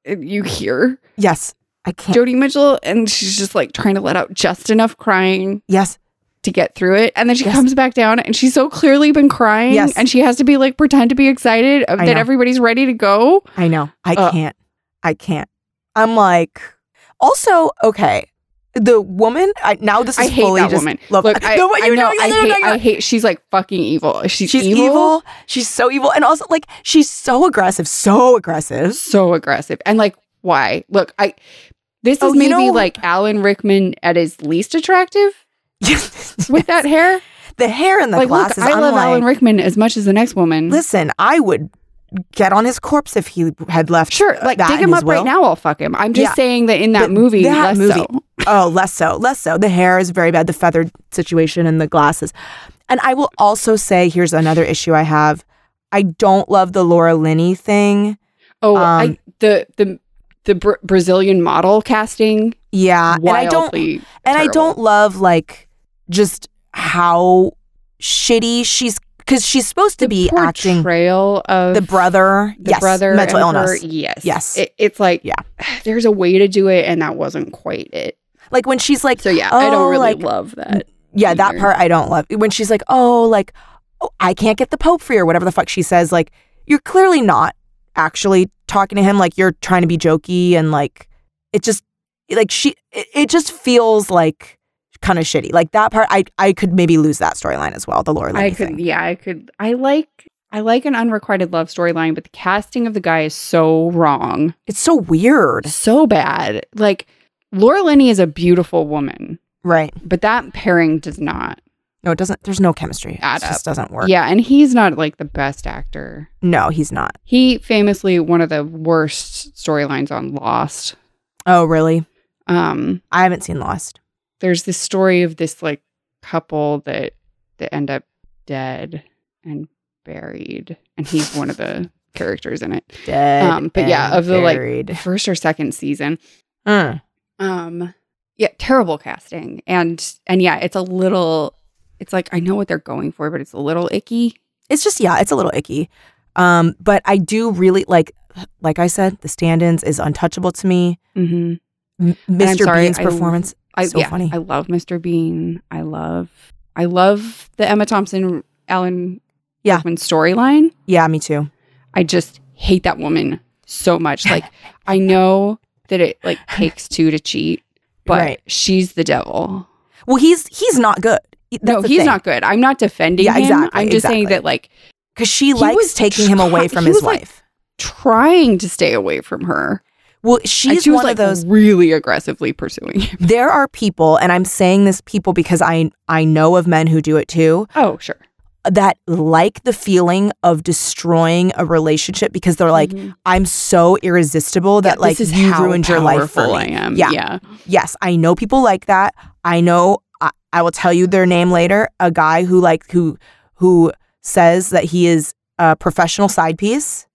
C: and you hear
B: Yes, I can't.
C: Jody Mitchell and she's just like trying to let out just enough crying
B: yes,
C: to get through it. And then she
B: Yes.
C: comes back down and she's so clearly been crying
B: Yes.
C: and she has to be like pretend to be excited uh,
B: I
C: that
B: know.
C: everybody's ready to go.
B: I know. I
C: Uh.
B: can't. I can't. I'm like. Also, okay. The woman. I, now this is
C: I hate
B: fully
C: that
B: just
C: woman.
B: Love,
C: Look, I,
B: know what
C: I
B: you're
C: know,
B: doing.
C: I
B: know what
C: hate,
B: you're doing.
C: I hate. She's like fucking evil. She's,
B: She's evil. She's so evil, and also like she's so aggressive. So aggressive.
C: so aggressive, and like why? Look, I. This is
B: Oh, you
C: maybe
B: know-
C: like Alan Rickman at his least attractive with that hair.
B: the hair and the
C: like,
B: glasses.
C: look, I
B: I'm
C: love
B: like,
C: Alan Rickman as much as the next woman.
B: Listen, I would get on his corpse if he had left.
C: sure,
B: uh,
C: like
B: that
C: dig
B: in
C: him
B: his
C: up right
B: will.
C: now. I'll fuck him. I'm just
B: Yeah.
C: saying that in that
B: But
C: movie,
B: that
C: less
B: movie-
C: so.
B: Oh, less so, less so. The hair is very bad. The feathered situation and the glasses. And I will also say, here's another issue I have. I don't love the Laura Linney thing.
C: Oh,
B: Um,
C: I, the the the Bra- Brazilian model casting
B: Yeah, Uh, and I don't,
C: wildly
B: and I
C: terrible.
B: don't love like just how shitty she's because she's supposed to
C: The
B: be acting
C: portrayal of
B: the brother.
C: the
B: yes,
C: brother
B: mental
C: and her-
B: illness.
C: yes,
B: Yes.
C: It, it's like
B: Yeah.
C: there's a way to do it, and that wasn't quite it.
B: Like when she's like
C: So yeah, I
B: Oh,
C: don't really
B: like,
C: love that.
B: yeah, that
C: either.
B: part I don't love. When she's like, "Oh, like oh, I can't get the Pope free" or whatever the fuck she says, like you're clearly not actually talking to him. Like you're trying to be jokey and like it just like she it, it just feels like kind of shitty. Like that part, I I could maybe lose that storyline as well. The Laura
C: I
B: Linney
C: could,
B: thing.
C: yeah, I could. I like. I like an unrequited love storyline, but the casting of the guy is so wrong,
B: It's so weird,
C: so bad. Like Laura Linney is a beautiful woman,
B: right?
C: but that pairing does not.
B: No, it doesn't. There's no chemistry.
C: Add
B: it just doesn't work.
C: Yeah, and he's not like the best actor.
B: No, he's not.
C: He famously one of the worst storylines on Lost.
B: Oh, really?
C: Um,
B: I haven't seen Lost.
C: there's this story of this like couple that that end up dead and buried, and he's one of the characters in it.
B: Dead.
C: Um, but yeah,
B: and
C: of the, like,
B: buried.
C: First or second season.
B: Mm.
C: Um, yeah, terrible casting, and and yeah, it's a little. It's like I know what they're going for, but it's a little icky.
B: it's just yeah, it's a little icky. Um, but I do really like, like I said, the stand-ins is untouchable to me.
C: Mm-hmm.
B: M-
C: I'm
B: Mr.
C: sorry,
B: Bean's
C: I-
B: performance,
C: I,
B: So
C: yeah,
B: funny.
C: I love Mr. Bean. I love I love the Emma Thompson Alan
B: Yeah.
C: Rickman storyline.
B: yeah, me too.
C: I just hate that woman so much. Like I know that it like takes two to cheat, but
B: Right.
C: she's the devil.
B: Well, he's he's not good.
C: no, he's not good. I'm not defending
B: Yeah,
C: him.
B: exactly,
C: I'm just saying
B: exactly.
C: that like
B: because she
C: He
B: likes
C: was
B: taking him away
C: try-
B: from
C: he
B: his
C: was, like,
B: wife.
C: trying to stay away from her.
B: Well,
C: And
B: she's
C: she was
B: one
C: like
B: of those
C: really aggressively pursuing him.
B: there are people and i'm saying this people because i i know of men who do it too
C: Oh, sure.
B: that like the feeling of destroying a relationship because they're like
C: Mhm.
B: i'm so irresistible that
C: Yeah,
B: like
C: this is
B: you
C: how
B: ruined your life for
C: powerful
B: me
C: I am.
B: Yeah.
C: yeah.
B: yes i know people like that i know I, I will tell you their name later a guy who like who who says that he is a professional side piece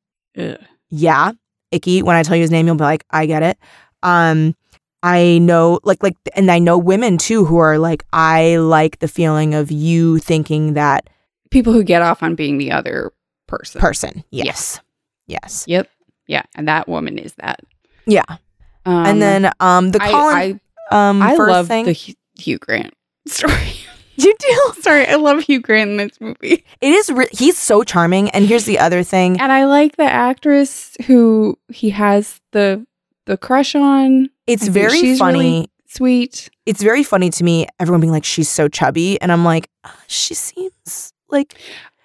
B: yeah, icky. When I tell you his name, you'll be like, I get it. Um, I know, like, like, and I know women too who are like, I like the feeling of you thinking that
C: People who get off on being the other person.
B: person. Yes, yes,
C: Yep. Yeah. And that woman is that.
B: yeah.
C: Um,
B: and then, um, the
C: I,
B: Colin, um,
C: I, I
B: Firth
C: love
B: thing.
C: the Hugh, Hugh Grant story.
B: you do.
C: Sorry, I love Hugh Grant in this movie.
B: It is. Re- he's so charming. And here's the other thing.
C: And I like the actress who he has the the crush on.
B: It's
C: I think
B: very
C: she's
B: funny.
C: really- Sweet.
B: It's very funny to me. Everyone being like, she's so chubby, and I'm like, "Uh, she seems like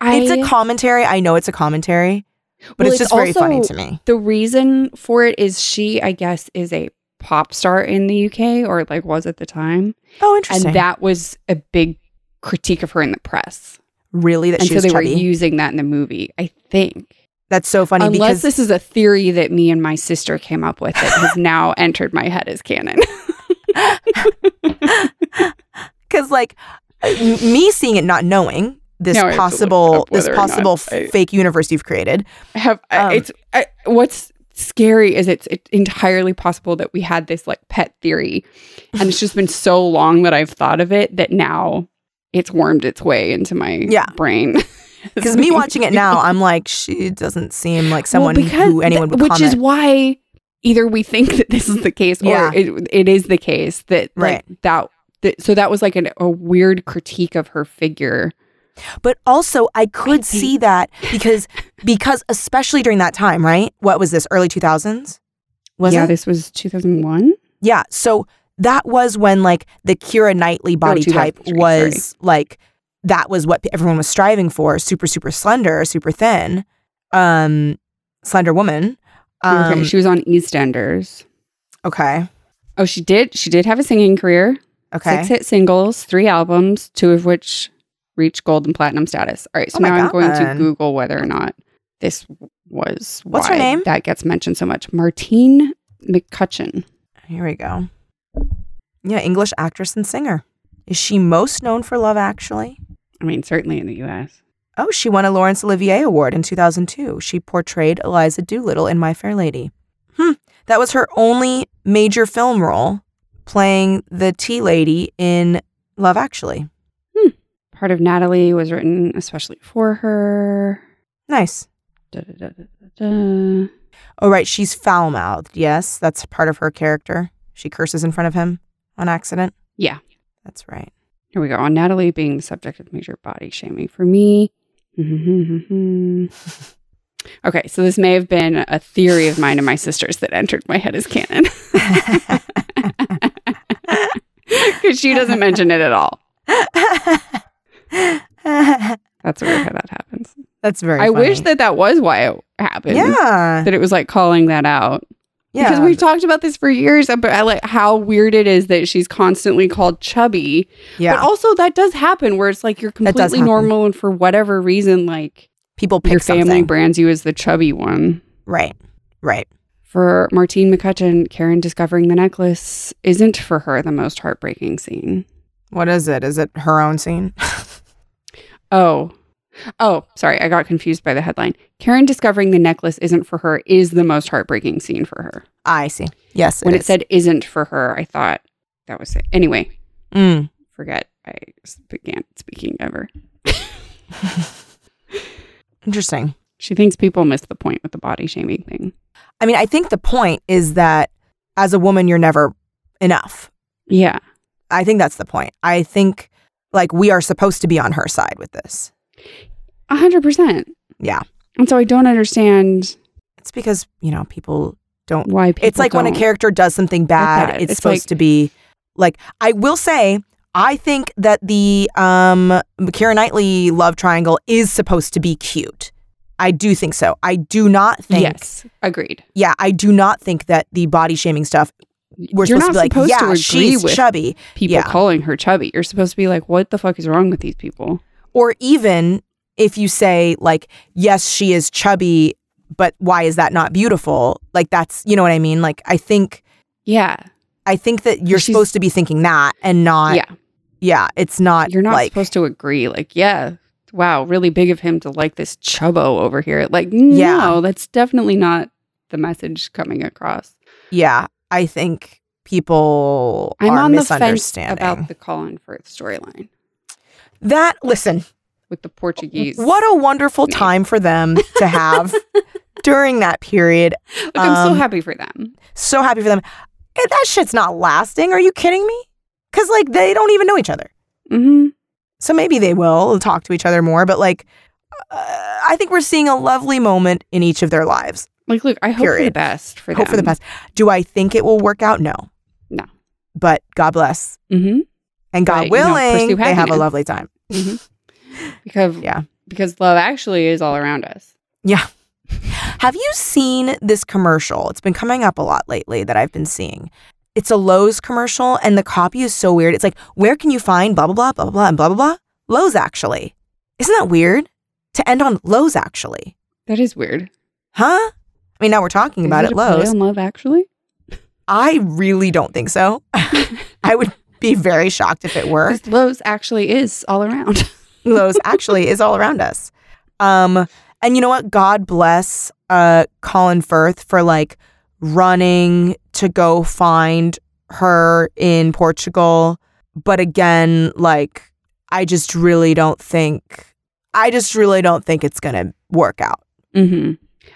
C: I,
B: it's a commentary. I know it's a commentary, but
C: Well,
B: it's
C: it's
B: just very funny
C: also-
B: to me.
C: the reason for it is she, I guess, is a pop star in the UK or like was at the time.
B: Oh, interesting.
C: And that was a big critique of her in the press.
B: really that
C: and
B: she
C: so
B: was
C: they were
B: chubby.
C: using that in the movie, I think.
B: That's so funny
C: Unless
B: because
C: this is a theory that me and my sister came up with that has now entered my head as canon.
B: because like m- me seeing it, not knowing this
C: Now I have to look it
B: possible
C: up
B: this
C: whether or not
B: possible
C: I-
B: fake universe you've created.
C: I have I-
B: Um,
C: it's I, what's scary is it's, it's entirely possible that we had this like pet theory and it's just been so long that I've thought of it that now it's wormed its way into my
B: Yeah.
C: brain.
B: Because me watching it now, I'm like, she doesn't seem like someone
C: Well, because
B: who anyone would
C: th- which
B: comment.
C: is why either we think that this is the case or
B: Yeah.
C: it, it is the case that like
B: Right.
C: that, that so that was like an, a weird critique of her figure
B: but also, I could
C: I think-
B: see that because because especially during that time, right? What was this? Early 2000s? Was
C: yeah
B: it?
C: this was 2001
B: Yeah. So that was when like the Kira Knightley body type
C: 2003,
B: was like that was what everyone was striving for: super, super slender, super thin, um, slender woman. Um,
C: okay she was on eastenders
B: okay.
C: oh she did she did have a singing career
B: Okay.
C: six hit singles three albums two of which reached gold and platinum status all right so
B: Oh my
C: now i'm going
B: God.
C: to google whether or not this was
B: What's her
C: why
B: name?
C: that gets mentioned so much martine mccutcheon
B: Here we go. Yeah, English actress and singer. Is she most known for Love Actually?
C: I mean, certainly in the U.S.
B: Oh, she won a Laurence Olivier Award in 2002. She portrayed Eliza Doolittle in My Fair Lady. Hmm. That was her only major film role, playing the tea lady in Love Actually.
C: Part of Natalie was written especially for her.
B: Nice.
C: Da, da, da, da, da, da.
B: Oh, right. She's foul mouthed. Yes, that's part of her character. She curses in front of him on accident.
C: Yeah.
B: That's right.
C: Here we go. On Natalie being the subject of major body shaming for me. okay, so this may have been a theory of mine and my sister's that entered my head as canon. Because she doesn't mention it at all. That's weird how that happens.
B: that's very
C: I wish
B: funny.
C: that that was why it happened.
B: Yeah.
C: That it was like calling that out.
B: Yeah.
C: Because we've talked about this for years about like how weird it is that she's constantly called chubby. But
B: yeah.
C: also that does happen where it's like you're
B: That does
C: completely
B: happen.
C: normal and for whatever reason, like
B: People pick
C: your family
B: something.
C: brands you as the chubby one.
B: right. Right.
C: For Martine McCutcheon, Karen discovering the necklace isn't for her the most heartbreaking scene.
B: What is it? Is it her own scene?
C: Oh. Oh, sorry, I got confused by the headline. Karen discovering the necklace isn't for her is the most heartbreaking scene for her.
B: I see. Yes.
C: when it
B: is.
C: said isn't for her, I thought that was it. Anyway,
B: Mm.
C: forget I s- began speaking ever.
B: Interesting.
C: She thinks people miss the point with the body shaming thing.
B: I mean, I think the point is that as a woman, you're never enough.
C: Yeah.
B: I think that's the point. I think like we are supposed to be on her side with this.
C: A hundred percent.
B: Yeah.
C: And so I don't understand
B: It's because, you know, people don't.
C: why people
B: it's like when a
C: don't.
B: character does something bad,
C: that.
B: it's,
C: It's
B: supposed
C: like-
B: to be like, I will say, I think that the um, Kira Knightley love triangle is supposed to be cute. I do think so. I do not think.
C: Yes, agreed.
B: Yeah, I do not think that the body shaming stuff. We're
C: You're
B: supposed to be
C: not
B: like,
C: supposed
B: yeah,
C: to agree
B: she's
C: with-
B: chubby,
C: People
B: Yeah.
C: calling her chubby. You're supposed to be like, what the fuck is wrong with these people?
B: or even if you say like, yes, she is chubby, but why is that not beautiful? Like that's you know what I mean. Like I think
C: Yeah,
B: I think that you're
C: She's-
B: supposed to be thinking that and not.
C: Yeah.
B: yeah. It's not.
C: you're not
B: like,
C: supposed to agree. Like, yeah, wow, really big of him to like this chubbo over here. Like, no,
B: Yeah.
C: that's definitely not the message coming across.
B: Yeah, I think people
C: I'm
B: are
C: on the fence
B: misunderstanding
C: about the Colin Firth storyline
B: that. Listen,
C: with the Portuguese.
B: What a wonderful
C: name.
B: time for them to have during that period.
C: Like, I'm
B: um,
C: so happy for them.
B: So happy for them. Eh, That shit's not lasting. Are you kidding me? Because, like, they don't even know each other.
C: hmm
B: So maybe they will talk to each other more, but, like, uh, I think we're seeing a lovely moment in each of their lives.
C: Like, look, I hope for the
B: Period.
C: best for
B: Hope for the best. Do I think it will work out? No.
C: No.
B: But God bless.
C: Mm-hmm.
B: And God
C: But, you know,
B: willing,
C: pursue
B: they have a
C: happiness.
B: lovely time.
C: Because
B: Yeah.
C: because love actually is all around us.
B: Have you seen this commercial? It's been coming up a lot lately that I've been seeing. It's a Lowe's commercial, and the copy is so weird. It's like, where can you find blah, blah, blah, blah, blah, and blah, blah, blah? Lowe's, actually. Isn't that weird? To end on Lowe's, actually.
C: That is weird.
B: Huh? I mean, now we're talking
C: Is
B: about
C: it
B: it,
C: a play
B: Lowe's.
C: on love actually.
B: I really don't think so. I would be very shocked if it were.
C: Because Lowe's actually is all around.
B: Lowe's actually is all around us. Um, and you know what? God bless uh, Colin Firth for like running to go find her in Portugal. But again, like, I just really don't think, I just really don't think it's going to work out.
C: hmm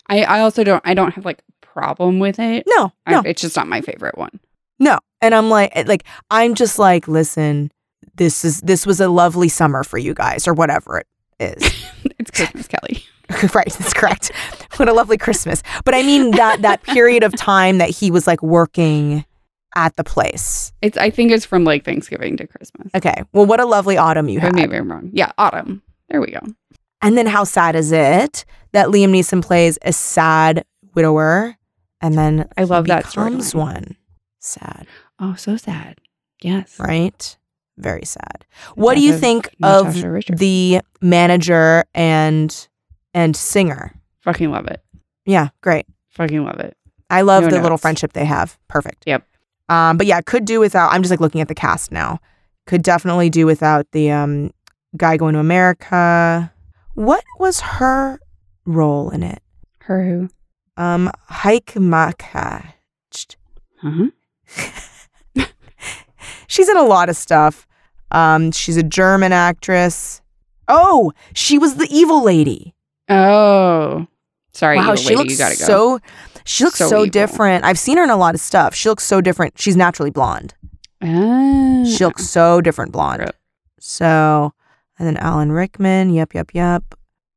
C: I I also don't I don't have like a problem with it.
B: No,
C: I-
B: no,
C: it's just not my favorite one.
B: no. And I'm like, eh, like, I'm just like, listen, this is, this was a lovely summer for you guys or whatever it is.
C: It's Christmas, Kelly.
B: right that's correct what a lovely christmas but i mean that that period of time that he was like working at the place
C: It's I think it's from like Thanksgiving to Christmas.
B: okay well what a lovely autumn you
C: But
B: had
C: maybe I'm wrong. Yeah, autumn. There we go.
B: and then how sad is it that liam neeson plays a sad widower and then
C: I love
B: he
C: that
B: becomes
C: storyline.
B: one sad
C: Oh, so sad. Yes.
B: right very sad what do
C: Death
B: you
C: of
B: think of
C: Natasha Richards.
B: the manager and and singer
C: Fucking love it.
B: yeah great
C: Fucking love it.
B: I love
C: No
B: the little
C: notes.
B: friendship they have. Perfect.
C: Yep.
B: Um, but yeah, could do without. I'm just like looking at the cast now. Could definitely do without the um guy going to America. What was her role in it?
C: Her who?
B: Um, Hike Maka.
C: Huh?
B: She's in a lot of stuff. Um, she's a German actress. Oh, she was the evil lady.
C: Oh, sorry.
B: wow,
C: evil
B: she
C: lady,
B: looks
C: you gotta go.
B: so. She looks
C: So
B: so
C: evil.
B: different. I've seen her in a lot of stuff. She looks so different. She's naturally blonde.
C: Ah.
B: She looks so different blonde.
C: Right.
B: So, and then Alan Rickman. Yep, yep, yep.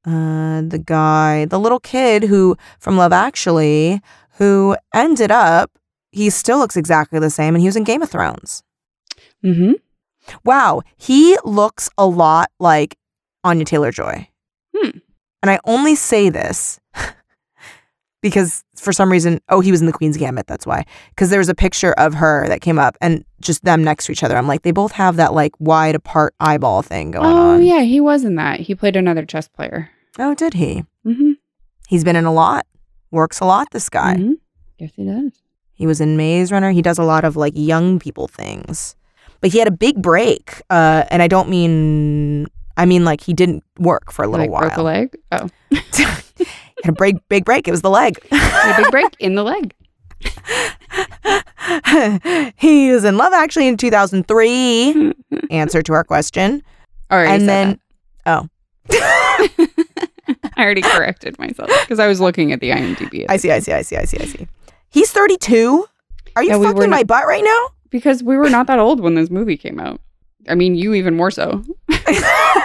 B: Uh, the guy, the little kid who from Love Actually, who ended up, he still looks exactly the same, and he was in Game of Thrones.
C: Mm-hmm.
B: Wow, he looks a lot like Anya Taylor Joy.
C: Hmm.
B: And I only say this because for some reason, oh, he was in the Queen's Gambit. That's why. Because there was a picture of her that came up and just them next to each other. I'm like, they both have that like wide apart eyeball thing going
C: Oh
B: on.
C: yeah, he was in that. He played another chess player.
B: Oh, did he?
C: Mm-hmm.
B: He's been in a lot, works a lot, this guy.
C: mm-hmm. Yes, he does.
B: He was in Maze Runner. He does a lot of like young people things. But he had a big break. Uh, and I don't mean, I mean like he didn't work for a little
C: like, Broke
B: while.
C: a leg. Oh,
B: he had a break, big break. It was the leg.
C: had a big break in the leg.
B: he was in Love Actually in 2003. Answer to our question.
C: All right,
B: and then, Oh.
C: I already corrected myself because I was looking at the IMDb.
B: I see, I see, I see, I see, I see. He's 32. Are you
C: Yeah, we
B: fucking
C: were
B: my butt right now?
C: because we were not that old when this movie came out. I mean, you even more so.
B: Damn,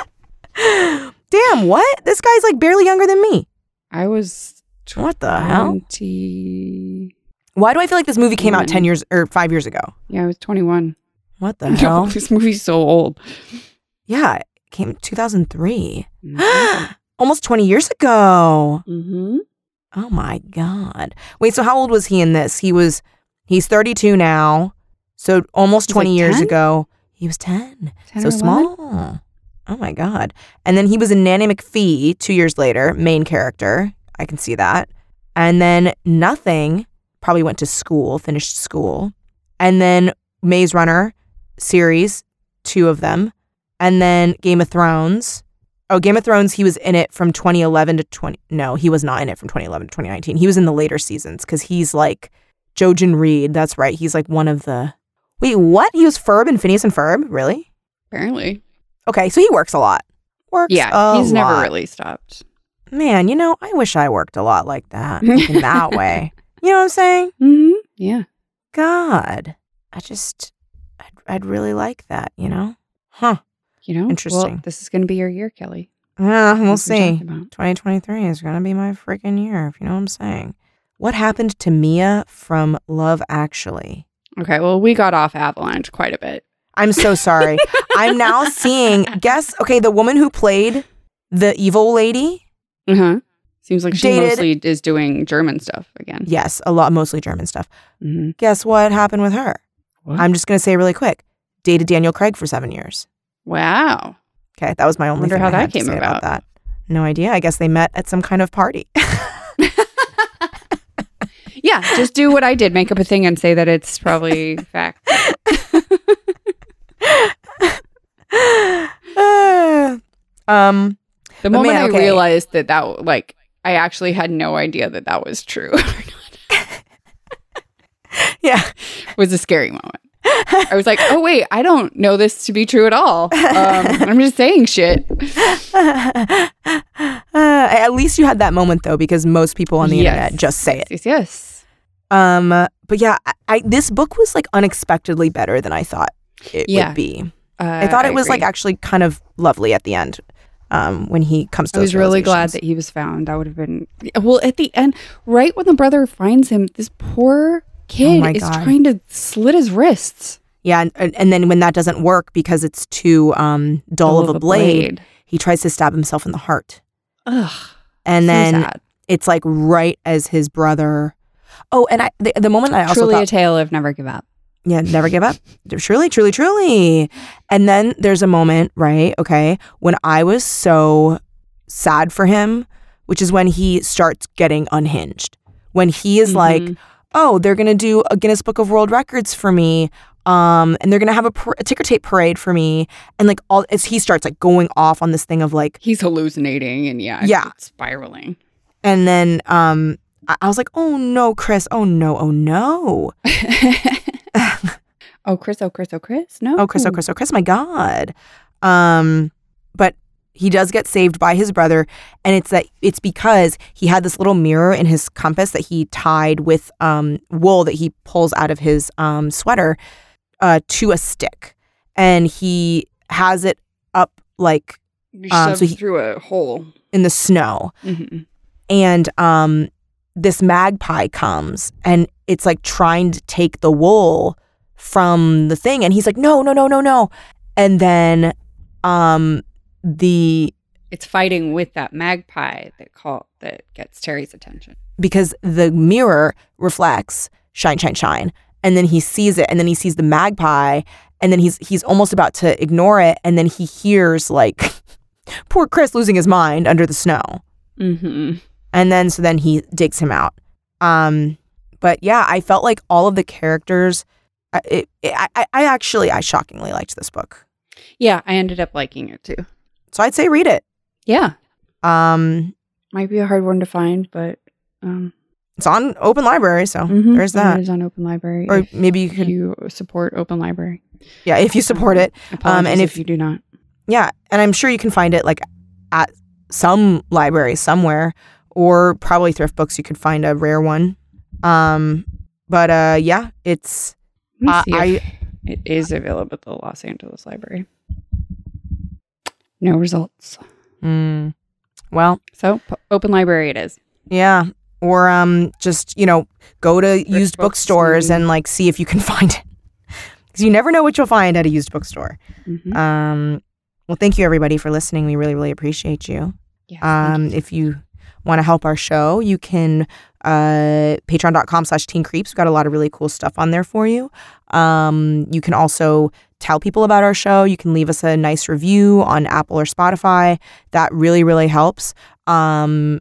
B: what? This guy's like barely younger than me.
C: I was
B: What the
C: Um,
B: hell?
C: twenty.
B: Why do I feel like this movie came out
C: Mm.
B: 10 years or five years ago?
C: Yeah, I was twenty-one.
B: What the
C: No,
B: hell?
C: this movie's so old.
B: Yeah, it came 2003. Almost 20 years ago.
C: mm-hmm.
B: Oh my god. Wait, so how old was he in this? He was he's 32 now. So almost
C: He's
B: 20
C: like
B: years
C: 10?
B: ago, he was 10.
C: 10
B: so
C: or 11?
B: small. Oh my god. And then he was in Nanny McPhee 2 years later, main character. I can see that. And then Nothing probably went to school, finished school. And then Maze Runner series, two of them. And then Game of Thrones. Oh, Game of Thrones, he was in it from 2011 to 20. No, he was not in it from 2011 to 2019. He was in the later seasons because he's like Jojen Reed. That's right. He's like one of the. Wait, what? He was Ferb and Phineas and Ferb? Really?
C: Apparently.
B: Okay, so he works a lot. Works
C: Yeah,
B: a
C: he's never
B: lot.
C: really stopped.
B: Man, you know, I wish I worked a lot like that in that way. You know what I'm saying?
C: Mm-hmm. Yeah.
B: God, I just, I'd, I'd really like that, you know? Huh.
C: You know?
B: Interesting.
C: Well, this is going to be your year, Kelly.
B: Yeah, we'll
C: That's what I'm
B: see.
C: talking about.
B: 2023 is going to be my freaking year, if you know what I'm saying. What happened to Mia from Love Actually?
C: Okay. Well, we got off Avalanche quite a bit.
B: I'm so sorry. I'm now seeing, guess, okay, the woman who played the evil lady.
C: Uh huh. Seems like she
B: Dated-
C: mostly is doing German stuff again.
B: Yes, a lot, mostly German stuff.
C: Mm-hmm.
B: Guess what happened with her?
C: What?
B: I'm just going to say really quick dated Daniel Craig for seven years.
C: Wow.
B: Okay, that was my only.
C: Wonder
B: thing
C: how
B: I
C: that
B: had to
C: came
B: say about.
C: about.
B: That no idea. I guess they met at some kind of party.
C: Yeah. Just do what I did. Make up a thing and say that it's probably fact.
B: Uh, um,
C: The moment
B: man,
C: I
B: okay.
C: realized that that like I actually had no idea that that was true
B: yeah,
C: was a scary moment. I was like, oh wait, I don't know this to be true at all. Um, I'm just saying shit.
B: Uh, at least you had that moment though, because most people on the
C: Yes.
B: internet just say it.
C: Yes, yes.
B: Um, but yeah, I, I this book was like unexpectedly better than I thought it
C: Yeah.
B: would be.
C: Uh,
B: I thought it was like
C: agree.
B: actually kind of lovely at the end. Um, when he comes to
C: I was
B: those
C: really glad
B: realizations.
C: that he was found. I would have been well at the end, right when the brother finds him. This poor kid
B: my
C: is
B: God.
C: trying to slit his wrists.
B: Yeah, and- and, and then when that doesn't work because it's too um, dull, of a blade, he tries to stab himself in the heart.
C: Ugh.
B: And
C: so
B: then
C: sad.
B: it's like right as his brother. Oh, and I the, the moment I also
C: truly a
B: thought,
C: tale of never give up.
B: yeah, never give up. Truly, truly, truly. And then there's a moment, right? Okay, when I was so sad for him, which is when he starts getting unhinged. When he is like,
C: Mhm.
B: oh, they're gonna do a Guinness Book of World Records for me, um, and they're gonna have a, par- a ticker tape parade for me, and like all, it's, he starts like going off on this thing of like,
C: he's hallucinating and yeah,
B: Yeah.
C: spiraling.
B: and then um, I, I was like, oh no, Chris, oh no, oh no,
C: oh, Chris! Oh, Chris! Oh, Chris! No!
B: oh Chris, oh Chris, oh Chris, my God, um, but he does get saved by his brother, and it's that it's because he had this little mirror in his compass that he tied with um wool that he pulls out of his um sweater, uh, to a stick, and he has it up like
C: You
B: Um,
C: shoved
B: so he-
C: through a hole.
B: in the snow,
C: Mhm.
B: and um, this magpie comes and it's like trying to take the wool from the thing, and he's like, no, no, no, no, no, and then um, the
C: It's fighting with that magpie that call that gets Terry's attention.
B: because the mirror reflects shine shine shine and then he sees it and then he sees the magpie and then he's he's almost about to ignore it and then he hears like poor chris losing his mind under the snow
C: Mm-hmm.
B: and then so then he digs him out um but yeah i felt like all of the characters I- it, it, I, I- I actually i shockingly liked this book
C: Yeah, I ended up liking it too.
B: so i'd say read it
C: Yeah,
B: um
C: might be a hard one to find, but um,
B: it's on open library so
C: mhm,
B: Oh, there's
C: It
B: that
C: is on Open Library.
B: or
C: if
B: maybe you could
C: you support Open Library.
B: yeah if you support it
C: Apologies
B: Um, and
C: if,
B: if-
C: you do not,
B: Yeah, and I'm sure you can find it like at some library somewhere, or probably thrift books. You could find a rare one. Um, but uh, yeah, it's
C: Let me
B: Uh,
C: see if it is available at the Los Angeles Library. No results.
B: mm, well,
C: So p- Open Library, it is.
B: yeah, or um, just you know, go to used
C: books,
B: bookstores
C: maybe.
B: and like see if you can find it. because you never know what you'll find at a used bookstore.
C: Mhm.
B: Um, well, thank you everybody for listening. We really, really appreciate you.
C: Yes, thank
B: Um, if you want to help our show, you can uh, patreon.com slash teen creeps. We've got a lot of really cool stuff on there for you. Um, you can also tell people about our show. You can leave us a nice review on Apple or Spotify. That really, really helps. Um,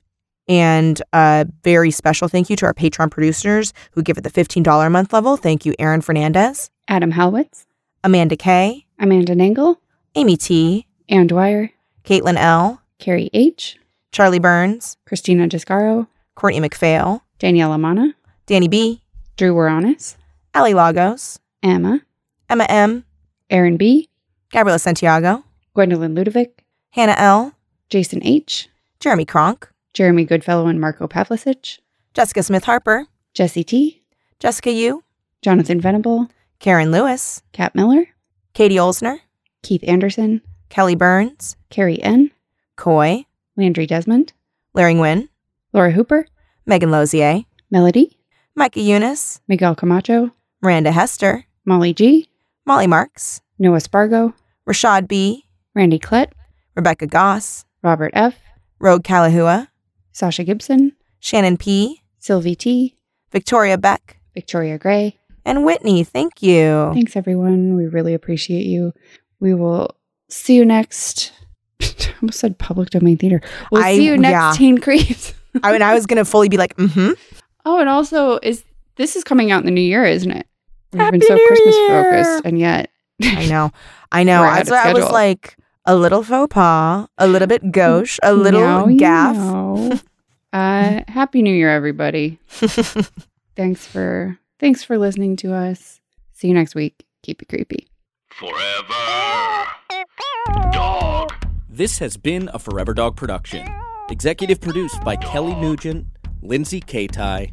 B: and a very special thank you to our Patreon producers who give at the $15 a month level. Thank you, Aaron Fernandez,
C: Adam Halwitz,
B: Amanda Kay,
C: Amanda Nangle,
B: Amy T,
C: Ann Dwyer,
B: Caitlin L,
C: Carrie H.,
B: Charlie Burns,
C: Christina Descaro,
B: Courtney McPhail,
C: Danielle Amana,
B: Danny B,
C: Drew Waranis,
B: Ali Lagos,
C: Emma,
B: Emma M,
C: Aaron B.,
B: Gabriela Santiago,
C: Gwendolyn Ludovic,
B: Hannah L,
C: Jason H.,
B: Jeremy Kronk,
C: Jeremy Goodfellow and Marco Pavlicic,
B: Jessica Smith Harper,
C: Jesse T.,
B: Jessica Yu,
C: Jonathan Venable,
B: Karen Lewis,
C: Kat Miller,
B: Katie Olsner,
C: Keith Anderson,
B: Kelly Burns,
C: Carrie N.,
B: Coy,
C: Landry Desmond,
B: Larry Nguyen,
C: Laura Hooper,
B: Megan Lozier,
C: Melody,
B: Micah Eunice,
C: Miguel Camacho,
B: Miranda Hester,
C: Molly G.,
B: Molly Marks,
C: Noah Spargo,
B: Rashad B,
C: Randy Klett,
B: Rebecca Goss,
C: Robert F.,
B: Rogue Kalahua,
C: Sasha Gibson,
B: Shannon P,
C: Sylvie T.,
B: Victoria Beck,
C: Victoria Gray,
B: and Whitney. Thank you.
C: Thanks, everyone. We really appreciate you. We will see you next. I almost said public domain theater. We'll
B: I-
C: see you next
B: yeah.
C: Teen Creeps.
B: I mean, I was gonna fully be like, mm-hmm.
C: Oh, and also is this is coming out in the new year, isn't it? We've
B: Happy
C: been so
B: New
C: Christmas
B: Year!
C: focused, and yet
B: I know. I know.
C: We're out
B: That's
C: of
B: why I was
C: schedule.
B: like a little faux pas, a little bit gauche, a
C: now
B: little
C: you
B: gaff.
C: know. uh, Happy New Year, everybody! Thanks for thanks for listening to us. See you next week. Keep it creepy.
A: Forever. Dog.
D: This has been a Forever Dog production. Executive produced by Kelly Nugent, Lindsay Katai,